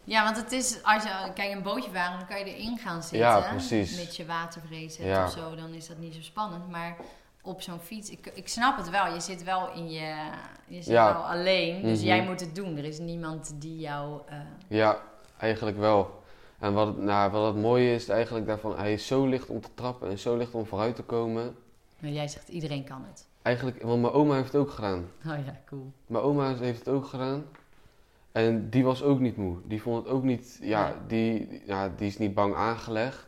Ja, want het is, als je kijk, een bootje varen, dan kan je erin gaan zitten. Ja, precies. Met je watervrees hebt Ja. of zo, dan is dat niet zo spannend. Maar op zo'n fiets, ik, ik snap het wel. Je zit wel in je, je zit Ja. wel alleen. Dus Mhm. jij moet het doen. Er is niemand die jou... eh, Ja, eigenlijk wel. En wat het, nou, wat het mooie is eigenlijk daarvan, hij is zo licht om te trappen en zo licht om vooruit te komen. maar nou, jij zegt, iedereen kan het. Eigenlijk, want mijn oma heeft het ook gedaan. Oh ja, cool. Mijn oma heeft het ook gedaan. En die was ook niet moe. Die vond het ook niet, ja, die, ja, die is niet bang aangelegd.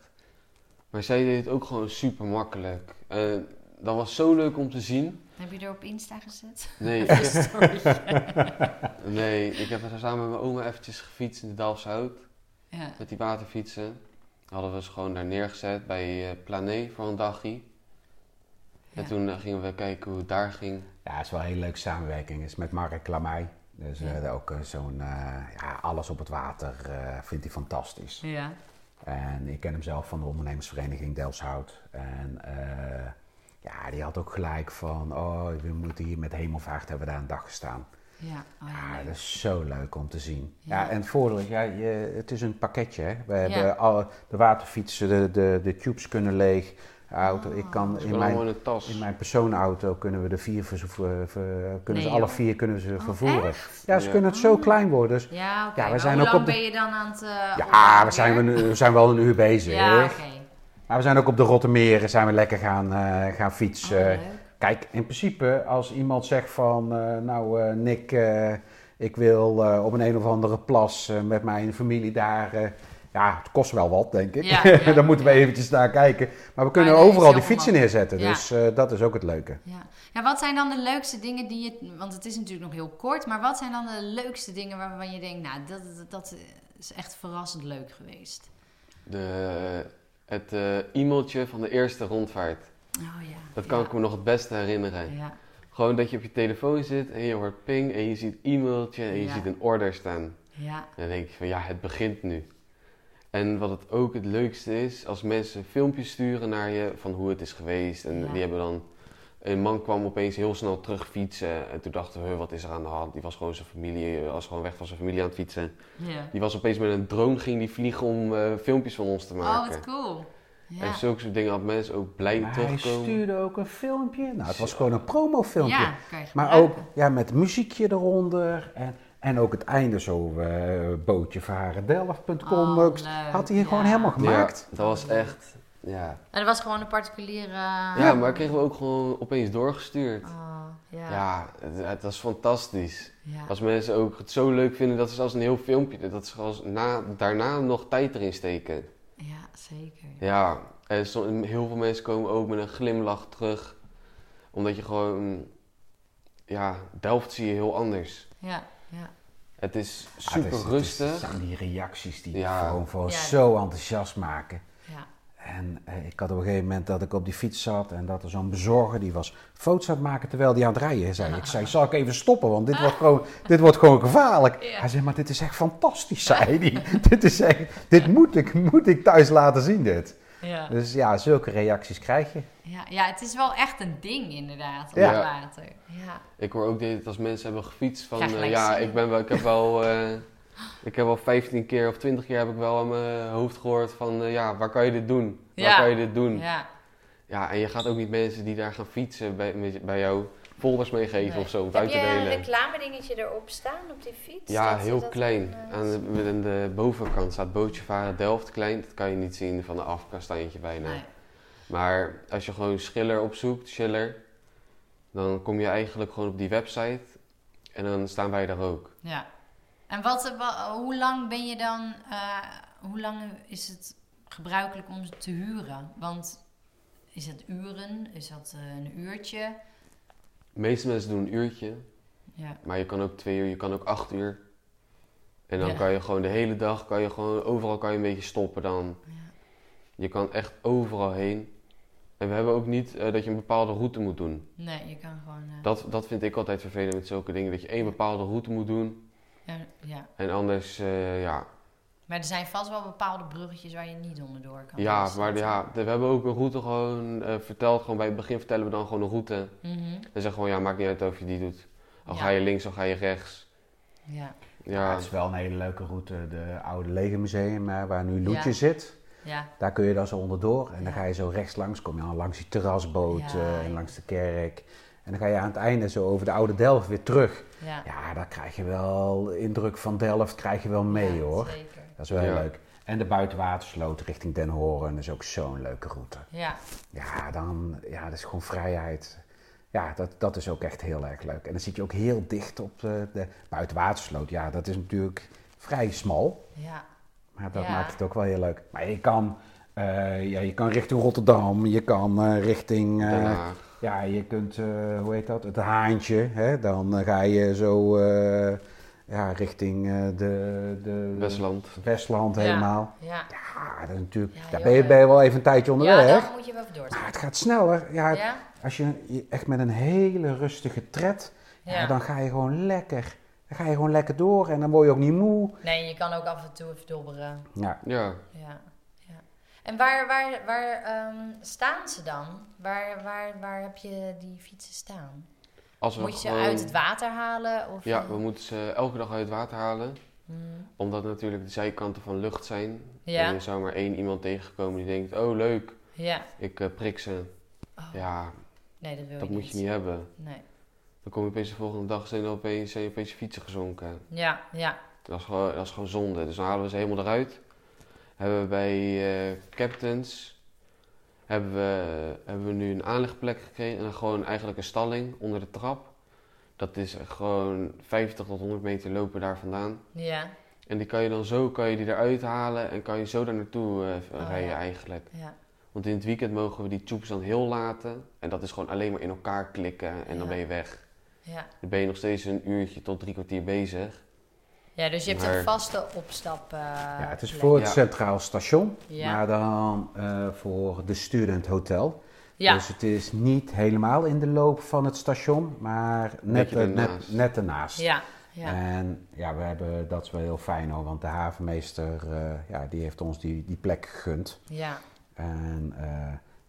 Maar zij deed het ook gewoon super makkelijk. En dat was zo leuk om te zien. Heb je er op Insta gezet? Nee, Een story. nee ik heb samen met mijn oma eventjes gefietst in de Dalfse Hout. ja. Met die waterfietsen. Hadden we ze gewoon daar neergezet bij eh Plané voor een dagje. En Ja. toen eh, gingen we kijken hoe het daar ging. Ja, het is wel een hele leuke samenwerking. Het is met Mark Lamai. Dus eh, ook eh, zo'n, eh, ja, alles op het water eh, vindt hij fantastisch. ja. En ik ken hem zelf van de ondernemersvereniging Delfshout. En eh, ja, die had ook gelijk van, oh, we moeten hier met hemelvaart hebben we daar een dag gestaan. Ja. Oh, ja, Ja, dus- leuk. dat is zo leuk om te zien. Ja. Ja, en het voordeel is, ja, je, het is een pakketje. Hè? We Ja. hebben alle, de waterfietsen, de, de, de tubes kunnen leeg. De Auto, ik kan Ah. Dus in gewoon mijn, allemaal in een tas. in mijn personenauto kunnen we de vier ver- ver- ver- kunnen Nee, ze, alle joh. Oh, vier kunnen we ze vervoeren. echt? Oh. Ja, ze Ja. kunnen het zo klein worden. Dus, Ja, oké. Ja, we maar zijn hoe ook lang op de- ben je dan aan het... eh, ja, opruimen we zijn, we, weer? nu- we zijn wel een uur bezig. Ja, oké. Maar we zijn ook op de Rottermeren zijn we lekker gaan, eh, gaan Oh, fietsen. leuk. Kijk, in principe als iemand zegt van, eh, nou eh, Nick, eh, ik wil eh, op een een of andere plas eh, met mijn familie daar. eh, ja, het kost wel wat, denk ik. Ja, ja. Dan moeten we eventjes naar kijken. Maar we kunnen Maar daar is overal die heel veel fietsen mogelijk. neerzetten. Ja. Dus eh, dat is ook het leuke. Ja. ja, wat zijn dan de leukste dingen die je... Want het is natuurlijk nog heel kort, maar wat zijn dan de leukste dingen waarvan je denkt... Nou, dat, dat, dat is echt verrassend leuk geweest. De, het eh, e-mailtje van de eerste rondvaart. Oh ja. Dat kan ja. ik me nog het beste herinneren. Ja, Gewoon dat je op je telefoon zit en je hoort ping en je ziet e-mailtje en je Ja. ziet een order staan. ja. En dan denk je van ja, het begint nu. En wat het ook het leukste is, als mensen filmpjes sturen naar je van hoe het is geweest. En Ja. die hebben dan. Een man kwam opeens heel snel terug fietsen. En toen dachten we, "Huh, wat is er aan de hand? Die was gewoon zijn familie, eh, was gewoon weg van zijn familie aan het fietsen. ja. Die was opeens met een drone ging die vliegen om eh, filmpjes van ons te Oh, maken. wat cool. Ja. En zulke soort dingen had mensen ook blij Maar hij terugkomen. stuurde ook een filmpje. Nou, het was Zo. gewoon een promofilmpje. Ja, kan je Maar ook gebruiken. ja, met muziekje eronder. En, en ook het einde zo eh bootjevarendelft.com. Oh, ook. leuk, had hij ja. gewoon helemaal Ja, gemaakt. dat was echt. Ja. En dat was gewoon een particuliere... Ja, maar kregen we ook gewoon opeens doorgestuurd. Oh, ja. Ja. Ja, het, het was fantastisch. Als mensen ook het zo leuk vinden dat ze zelfs een heel filmpje, dat ze zelfs na, daarna nog tijd erin steken. Ja, zeker. Ja, en som- heel veel mensen komen ook met een glimlach terug. Omdat je gewoon, ja, Delft zie je heel anders. Ja, ja. Het is Ja, het Ah, is- super het is- rustig. Het zijn die reacties die Ja. gewoon, gewoon Ja. zo enthousiast maken. ja. En eh, ik had op een gegeven moment dat ik op die fiets zat en dat er zo'n bezorger die was foto's aan het maken terwijl die aan het rijden zei. Ik zei, zal ik even stoppen, want dit wordt gewoon, dit wordt gewoon gevaarlijk. Ah. Ja. Hij zei, maar dit is echt fantastisch, zei hij. dit is echt, dit moet ik, moet ik thuis laten zien dit. Ja. Dus ja, zulke reacties krijg je. Ja, ja, het is wel echt een ding inderdaad, op Ja. het water. Ja. Ik hoor ook dat als mensen hebben gefietst van, Ja, eh, gelijk ja, zin. ik, ben wel, ik heb wel... eh, ik heb wel 15 keer of 20 keer heb ik wel aan mijn hoofd gehoord van, eh, ja, waar kan je dit doen? Waar Ja. kan je dit doen? Ja. Ja, en je gaat ook niet mensen die daar gaan fietsen bij, met- bij jou folders meegeven Nee. of zo om het uit te delen. reclame dingetje erop staan op die fiets? Ja, heel klein. eh, Aan de, aan de bovenkant staat bootje varen Delft klein. Dat kan je niet zien van de afkastaantje bijna. Nee. Maar als je gewoon Schiller opzoekt, Schiller, dan kom je eigenlijk gewoon op die website. En dan staan wij daar ook. Ja. En wat, wa- hoe lang ben je dan, eh, hoe lang is het gebruikelijk om ze te huren? Want is dat uren? Is dat eh, een uurtje? De meeste mensen doen een uurtje, Ja. maar je kan ook twee uur, je kan ook acht uur. En dan Ja. kan je gewoon de hele dag, kan je gewoon, overal kan je een beetje stoppen dan. Ja. Je kan echt overal heen. En we hebben ook niet eh, dat je een bepaalde route moet doen. Nee, je kan gewoon. eh, Dat, dat vind ik altijd vervelend met zulke dingen. Dat je één bepaalde route moet doen. ja, ja. En anders, eh, ja. Maar er zijn vast wel bepaalde bruggetjes waar je niet onderdoor kan. Ja, Dus maar dat- ja, we hebben ook een route gewoon eh, verteld. Gewoon bij het begin vertellen we dan gewoon een route. Mhm. En zeggen gewoon, ja, maakt niet uit of je die doet. Al Ja. ga je links, al ga je rechts. Ja. Ja, Ja, het is wel een hele leuke route. De oude Legermuseum, eh, waar nu Loetje Ja. zit. Ja. Daar kun je dan zo onderdoor. En dan Ja. ga je zo rechts langs. Kom je al langs die terrasboot Ja, eh, ja. en langs de kerk. En dan ga je aan het einde zo over de oude Delft weer terug. Ja. Ja, daar krijg je wel indruk van Delft. Krijg je wel mee Ja, hoor. Zeker. Dat is wel heel Ja. leuk. En de buitenwatersloot richting Den Horen is ook zo'n leuke route. Ja. Ja, dan, ja, dat is gewoon vrijheid. Ja, dat, dat is ook echt heel erg leuk. En dan zit je ook heel dicht op de, de buitenwatersloot. Ja, dat is natuurlijk vrij smal. Ja. Maar dat Ja. maakt het ook wel heel leuk. Maar je kan, eh, ja, je kan richting Rotterdam, je kan eh, richting eh, daarna. Ja, je kunt, eh, hoe heet dat, het haantje. Hè? Dan eh, ga je zo eh, ja, richting eh, de, de Westland. Westland Ja. helemaal. Ja. Ja, dat is natuurlijk, Ja, daar joh, ben je, eh. ben je wel even een tijdje ja, onderweg. dan moet je wel even door. Maar het gaat sneller. Ja, het- Ja? Als je je echt met een hele rustige tred, ja. Ja. dan ga je gewoon lekker. Dan ga je gewoon lekker door en dan word je ook niet moe. Nee, je kan ook af en toe even dobberen. Ja, Ja, Ja. ja. En waar, waar, waar ehm, staan ze dan? Waar, waar, waar heb je die fietsen staan? als we Moet je ze gewoon- uit het water halen? Of, eh, Ja, we moeten ze elke dag uit het water halen. Hmm. Omdat natuurlijk de zijkanten van lucht zijn. En Ja, je zou maar één iemand tegenkomen die denkt, oh leuk, ja. ik eh, prik ze. Oh, Ja, Nee, dat wil dat je moet je niet hebben. Nee. Dan kom je opeens de volgende dag, zijn, er opeens, zijn je opeens je fietsen gezonken. Ja, ja. Dat is, gewoon, dat is gewoon zonde. Dus dan halen we ze helemaal eruit. Hebben we bij eh, Captains hebben we, hebben we nu een aanlegplek gekregen. En dan gewoon eigenlijk een stalling onder de trap. Dat is gewoon 50 tot 100 meter lopen daar vandaan. Ja, En die kan je dan zo kan je die eruit halen en kan je zo daar naartoe eh, Oh, rijden ja. eigenlijk. ja. Want in het weekend mogen we die tubes dan heel laten. En dat is gewoon alleen maar in elkaar klikken en Ja. dan ben je weg. ja. Dan ben je nog steeds een uurtje tot drie kwartier bezig. Ja, dus je hebt een Maar- vaste opstap. eh, ja het is plek. voor het Ja. Centraal Station, Ja. maar dan eh, voor de Student Hotel. Ja, Dus het is niet helemaal in de loop van het station, maar net, Beetje eh, net, ernaast. net ernaast. ja, ja. En ja, we hebben, dat is wel heel fijn hoor, want de havenmeester eh, ja, die heeft ons die, die plek gegund. ja. En eh,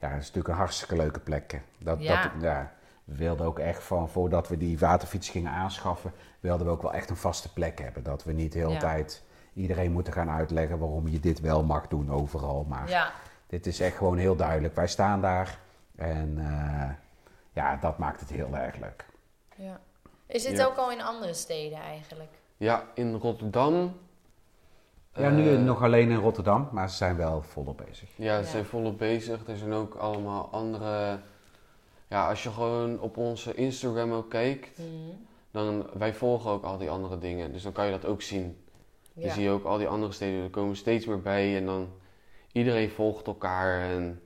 ja, het is natuurlijk een hartstikke leuke plek. Dat, Ja. Dat, ja, we wilden ook echt van, voordat we die waterfiets gingen aanschaffen, wilden we ook wel echt een vaste plek hebben. Dat we niet de hele Ja. tijd iedereen moeten gaan uitleggen waarom je dit wel mag doen overal. Maar ja. dit is echt gewoon heel duidelijk. Wij staan daar en eh, ja, dat maakt het heel erg leuk. Ja. Is dit Ja. ook al in andere steden eigenlijk? Ja, in Rotterdam. Ja, nu eh, nog alleen in Rotterdam, maar ze zijn wel volop bezig. Ja, ze Ja. zijn volop bezig. Er zijn ook allemaal andere. Ja, als je gewoon op onze Instagram ook kijkt, Hmm. dan wij volgen ook al die andere dingen. Dus dan kan je dat ook zien. Dan Ja. zie je ook al die andere steden, er komen steeds meer bij en dan iedereen volgt elkaar en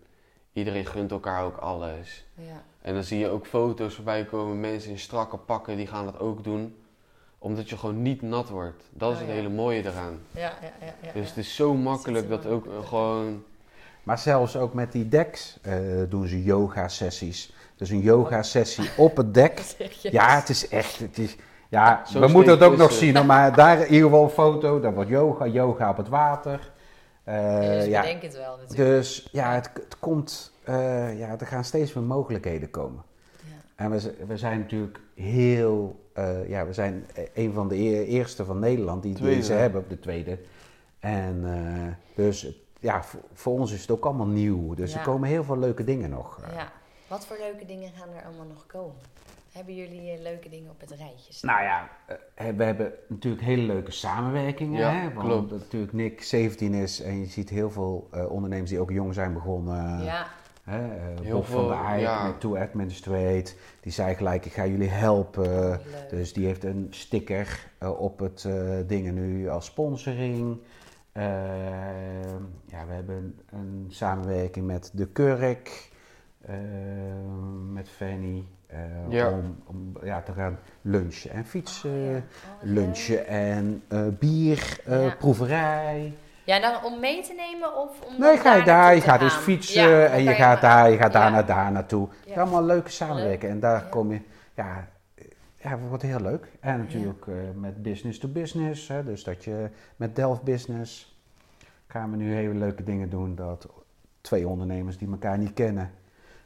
iedereen gunt elkaar ook alles. Ja. En dan zie je ook foto's voorbij komen, mensen in strakke pakken die gaan dat ook doen omdat je gewoon niet nat wordt. Dat is Oh, het ja. hele mooie eraan. Ja, ja, ja, ja, Dus ja. het is zo makkelijk heel dat ook makkelijk. eh, gewoon Maar zelfs ook met die deks eh, doen ze yoga-sessies. Dus een yoga-sessie op het dek. Dat zeg je. Ja, het is echt. Het is, ja, Zo we moeten het ook nog steekvissen. zien, hoor, maar daar in ieder geval een foto. Dan wordt yoga, yoga op het water. Eh, dus ja. ik denk het wel natuurlijk. dus ja, het, het komt. eh, ja, er gaan steeds meer mogelijkheden komen. Ja. En we, z- we zijn natuurlijk heel. eh, ja, we zijn eh, een van de e- eerste van Nederland die Tweede. deze hebben, de tweede. En eh, dus ja, voor, voor ons is het ook allemaal nieuw. Dus Ja. er komen heel veel leuke dingen nog. eh. Ja. Wat voor leuke dingen gaan er allemaal nog komen? Hebben jullie eh, leuke dingen op het rijtje staan? Nou ja, eh, we hebben natuurlijk hele leuke samenwerkingen. Ja, hè? Want klopt. dat natuurlijk Nick 17 is en je ziet heel veel eh, ondernemers die ook jong zijn begonnen. ja. Hè? eh, Heel Bob van veel, der Eyck ja. met To Administrate. Die zei gelijk, ik ga jullie helpen. Leuk. Oh, Dus die heeft een sticker eh, op het eh dingen nu als sponsoring. Eh, ja, we hebben een, een samenwerking met De Kurk, eh, met Fanny. eh, Ja. Om, om ja, te gaan lunchen en fietsen. Oh, ja. Oh, wat leuk. Lunchen en eh, bier, eh, Ja. proeverij. Ja, dan om mee te nemen of om Nee, dan ga je daar, naartoe je te gaat dus gaan? fietsen Ja, dan en je kan gaat maar- daar, je gaat Ja. daar naar daar naartoe. Het is Ja. Allemaal leuke samenwerken en daar Ja. kom je, ja, eh, ja, het wordt heel leuk. En natuurlijk eh, met business to business, hè, dus dat je met Delft Business gaan we nu hele leuke dingen doen. Dat twee ondernemers die elkaar niet kennen,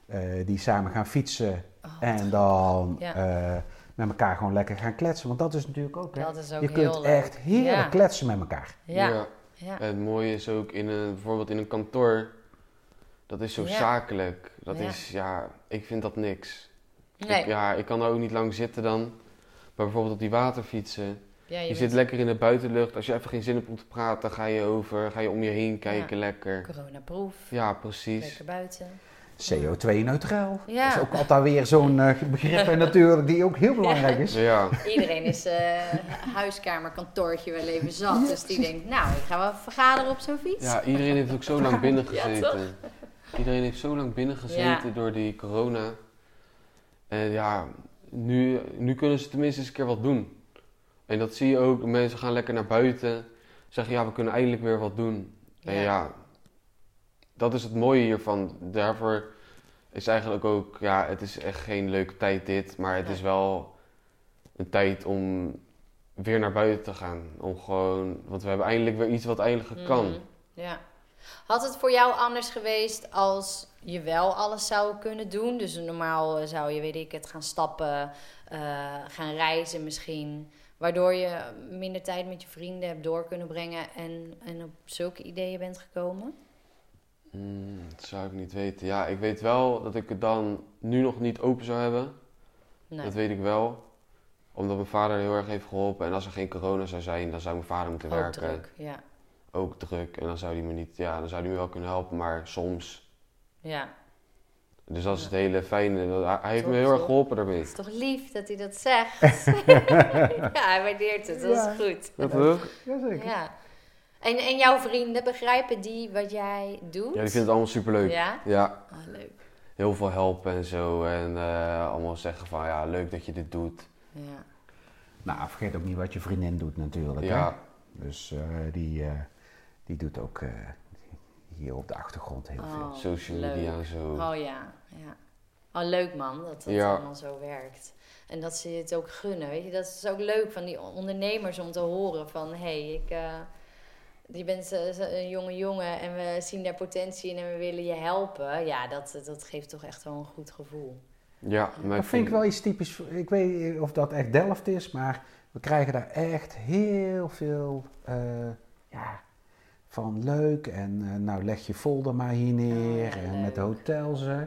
eh, die samen gaan fietsen Oh, wat en dan Ja. eh, met elkaar gewoon lekker gaan kletsen. Want dat is natuurlijk ook, hè. Dat is ook je kunt heel leuk. echt heerlijk Ja. kletsen met elkaar. Ja. Ja. Ja. En het mooie is ook in een, bijvoorbeeld in een kantoor, dat is zo Ja. zakelijk. Dat Ja. is, ja, ik vind dat niks. Nee. Ik, ja, ik kan er ook niet lang zitten dan. Maar bijvoorbeeld op die waterfietsen. Ja, Je, je, zit lekker in de buitenlucht. Als je even geen zin hebt om te praten, ga je over, ga je om je heen kijken lekker. lekker. Coronaproof. Ja, precies. Lekker buiten. CO2-neutraal. Ja. Dat is ook altijd weer zo'n eh, begrip en natuurlijk, die ook heel belangrijk is. Ja, Iedereen is eh huiskamer, kantoortje wel even zat. Dus die denkt, nou, ik ga wel vergaderen op zo'n fiets. ja, iedereen heeft ook zo lang binnen Ja, gezeten. iedereen heeft zo lang binnen gezeten door die corona. En ja, nu, nu kunnen ze tenminste eens een keer wat doen. En dat zie je ook. Mensen gaan lekker naar buiten. Zeggen ja, we kunnen eindelijk weer wat doen. En ja, dat is het mooie hiervan. Daarvoor is eigenlijk ook, ja, het is echt geen leuke tijd dit. Maar het Nee. is wel een tijd om weer naar buiten te gaan. Om gewoon, want we hebben eindelijk weer iets wat eindelijk kan. Mhm, Ja. Had het voor jou anders geweest als je wel alles zou kunnen doen? Dus normaal eh, zou je, weet ik het, gaan stappen, eh, gaan reizen misschien. Waardoor je minder tijd met je vrienden hebt door kunnen brengen en, en op zulke ideeën bent gekomen? Mm, dat zou ik niet weten. Ja, ik weet wel dat ik het dan nu nog niet open zou hebben. Nee. Dat weet ik wel. Omdat mijn vader heel erg heeft geholpen. En als er geen corona zou zijn, dan zou mijn vader moeten Ook werken. Oh, druk, ja. Ook druk. En dan zou hij me niet, ja, dan zou hij me wel kunnen helpen, maar soms. ja. Dus dat is Ja. het hele fijne. Dat- Hij, hij heeft me Toch, heel erg toch? geholpen Het daarmee. is toch lief dat hij dat zegt? ja, hij waardeert het, dat Ja. is goed. Dat toch? Jazeker. Ja. En, en jouw vrienden, begrijpen die wat jij doet? Ja, die vindt het allemaal superleuk. Ja. Ja? Ah, leuk. heel veel helpen en zo. En eh, allemaal zeggen van, ja, leuk dat je dit doet. Ja. Nou, vergeet ook niet wat je vriendin doet natuurlijk. Ja. Hè? Dus eh, die, eh, die doet ook eh, hier op de achtergrond heel veel. Oh, Social media leuk. en zo. Oh ja, ja. Oh, leuk man, dat dat Ja. allemaal zo werkt. En dat ze je het ook gunnen, weet je. Dat is ook leuk van die ondernemers om te horen van... Hé, hey, ik... eh, je bent zo- zo- een jonge jongen en we zien daar potentie in en we willen je helpen. Ja, dat, dat geeft toch echt wel een goed gevoel. Ja, maar Dat vind ik wel iets typisch. voor- Ik weet niet of dat echt Delft is, maar we krijgen daar echt heel veel eh, ja, van leuk. En eh, nou leg je folder maar hier neer. Oh, ja, en leuk. met de hotels. hè.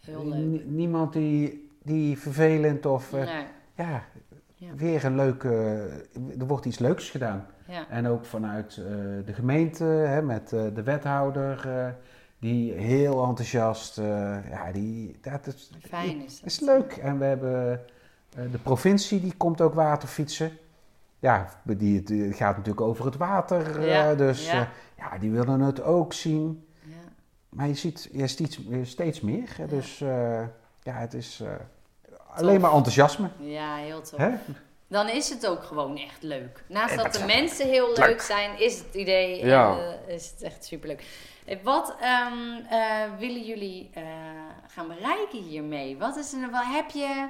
Heel leuk. Ni- niemand die, die vervelend of. eh, Nee, ja, Ja. weer een leuke. Er wordt iets leuks gedaan. ja. En ook vanuit eh, de gemeente, hè, met eh, de wethouder, eh, die heel enthousiast. eh, ja, die, dat is, Fijn is dat. is leuk. En we hebben eh, de provincie, die komt ook waterfietsen. Ja, die, die gaat natuurlijk over het water. eh, Ja, dus ja. eh, ja, die willen het ook zien. Ja. Maar je ziet je steeds, steeds meer. Hè, dus eh, ja, het is eh, alleen maar enthousiasme. ja, heel tof. Hè? Dan is het ook gewoon echt leuk. Naast En dat dat de is mensen heel leuk, zijn, is het idee Ja. en, eh, is het echt superleuk. Eh, Wat ehm, eh, willen jullie eh, gaan bereiken hiermee? Wat is een, wat heb je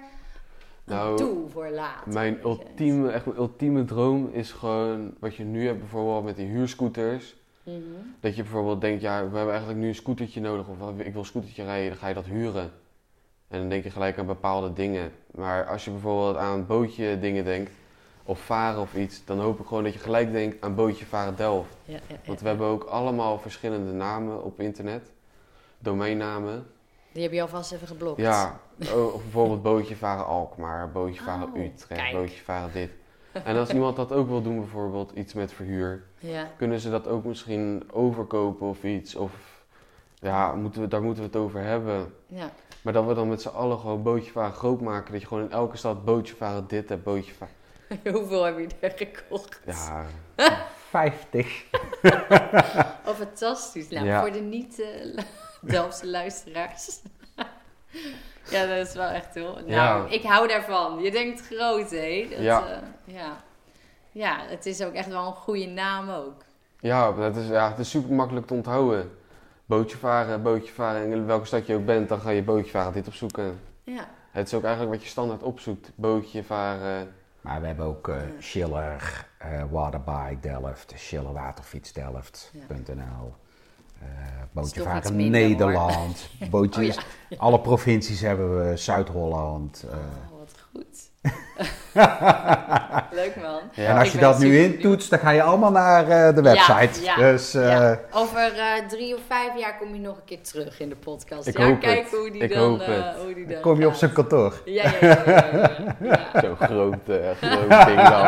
een Nou, doel voor later? Mijn ultieme, echt mijn ultieme droom is gewoon wat je nu hebt bijvoorbeeld met die huurscooters. Mhm. Dat je bijvoorbeeld denkt, ja, we hebben eigenlijk nu een scootertje nodig of ik wil een scootertje rijden, dan ga je dat huren. En dan denk je gelijk aan bepaalde dingen. Maar als je bijvoorbeeld aan een bootje dingen denkt, of varen of iets, dan hoop ik gewoon dat je gelijk denkt aan bootje varen Delft. Ja, ja, ja. Want we hebben ook allemaal verschillende namen op internet, domeinnamen. Die heb je alvast even geblokt. Ja, o- of bijvoorbeeld bootje varen Alkmaar, bootje varen Oh, Utrecht, kijk. bootje varen dit. En als iemand dat ook wil doen, bijvoorbeeld iets met verhuur, Ja. kunnen ze dat ook misschien overkopen of iets? Of ja, moeten we, daar moeten we het over hebben. ja. Maar dat we dan met z'n allen gewoon bootje varen groot maken. Dat je gewoon in elke stad bootje varen dit hebt, bootje varen. Hoeveel heb je er gekocht? Ja, 50. Oh, fantastisch. Nou, Ja. voor de niet-Delftse luisteraars. ja, dat is wel echt heel... Nou, Ja. ik hou daarvan. Je denkt groot, hè? Dat, Ja. eh, ja. ja, het is ook echt wel een goede naam ook. ja, dat is, ja het is super makkelijk te onthouden. Bootje varen, bootje varen. En in welke stad je ook bent, dan ga je bootje varen dit opzoeken. Ja, Het is ook eigenlijk wat je standaard opzoekt. Bootje varen. Maar we hebben ook eh, Schiller, eh, Waterbike Delft, Schiller Waterfiets Delft.nl. eh Is toch bootje iets varen minder, hoor. Oh, Nederland. Bootjes. Alle provincies hebben we. Zuid-Holland. eh. oh, wat goed. Leuk, man. Ja. en Ik als je ben dat nu super intoetst, dan ga je allemaal naar eh, de Ja, website. ja, dus eh, ja. Over eh, drie of vijf jaar kom je nog een keer terug in de podcast. Ik ja, hoop kijk het. hoe die Ik dan... hoop eh, het. hoe die dan kom je op gaat. zijn kantoor. Ja, ja, ja, ja, ja, ja. Zo'n groot, eh, groot ding dan.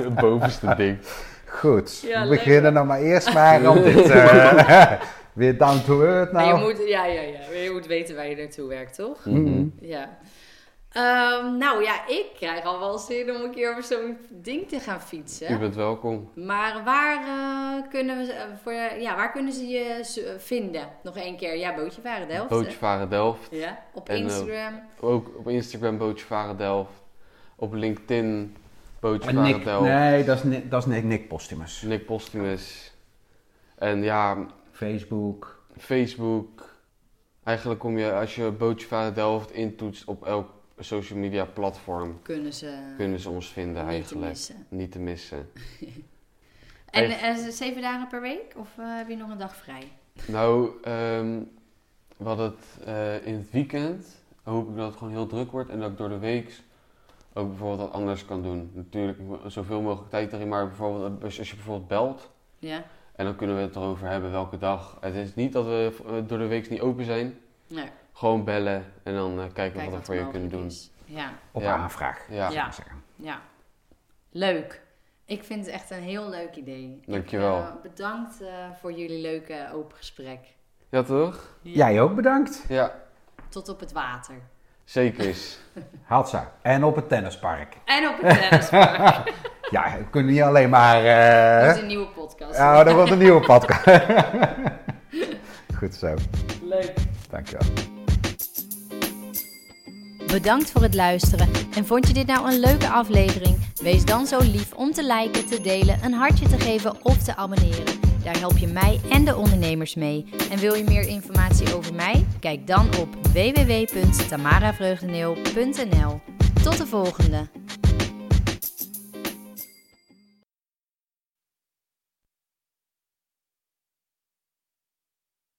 Het bovenste ding. Goed, Ja, we leuk, beginnen hoor. dan maar eerst maar om dit eh, weer down to earth Maar nou. Mm-hmm. je moet, ja, ja, ja. Je moet weten waar je naartoe werkt, toch? Mhm. Ja. Ehm, Ehm, nou ja, ik krijg al wel zin om een keer over zo'n ding te gaan fietsen. U bent welkom. Maar waar, eh, kunnen we, ze- eh, voor, ja, waar kunnen ze je z- eh, vinden? Nog één keer. Ja, Bootje Varen Delft. hè? Bootjevaren Delft. Ja, op En, eh, Instagram. Ook op Instagram Bootjevaren Delft. Op LinkedIn Bootjevaren Nick, Delft. nee, dat is, Nick- dat is Nick, Nick Postumus. Nick Postumus. En ja, Facebook. Facebook. Eigenlijk kom je, als je Bootjevaren Delft intoetst op elk social media platform, kunnen ze kunnen ze ons vinden niet te eigenlijk. missen. Niet te missen. En, Echt. en zeven dagen per week? Of eh, heb je nog een dag vrij? Nou, ehm we hadden het eh, in het weekend. Hoop ik dat het gewoon heel druk wordt en dat ik door de week ook bijvoorbeeld wat anders kan doen. Natuurlijk mo- zoveel mogelijk tijd erin, maar bijvoorbeeld eh, als als je bijvoorbeeld belt Ja. en dan kunnen we het erover hebben welke dag. Het is niet dat we eh, door de week niet open zijn. Nee, Gewoon bellen en dan eh, kijken Nou, kijk wat wat we voor je kunnen mogelijk doen. is. Ja, Op Ja. aanvraag. Ja, Ja. zou ik zeggen. ja. Leuk. Ik vind het echt een heel leuk idee. Dankjewel. Ik, eh, bedankt eh, voor jullie leuke open gesprek. ja toch? Jij ook bedankt, Ja, Tot op het water. zeker is. Hatsa. En op het tennispark. En op het tennispark. Ja, we kunnen niet alleen maar... Dat eh is een nieuwe podcast. oh, dat wordt een nieuwe podcast. Goed zo, Leuk. dankjewel. Bedankt voor het luisteren. En vond je dit nou een leuke aflevering? Wees dan zo lief om te liken, te delen, een hartje te geven of te abonneren. Daar help je mij en de ondernemers mee. En wil je meer informatie over mij? Kijk dan op www.tamaravreugdeneel.nl. Tot de volgende!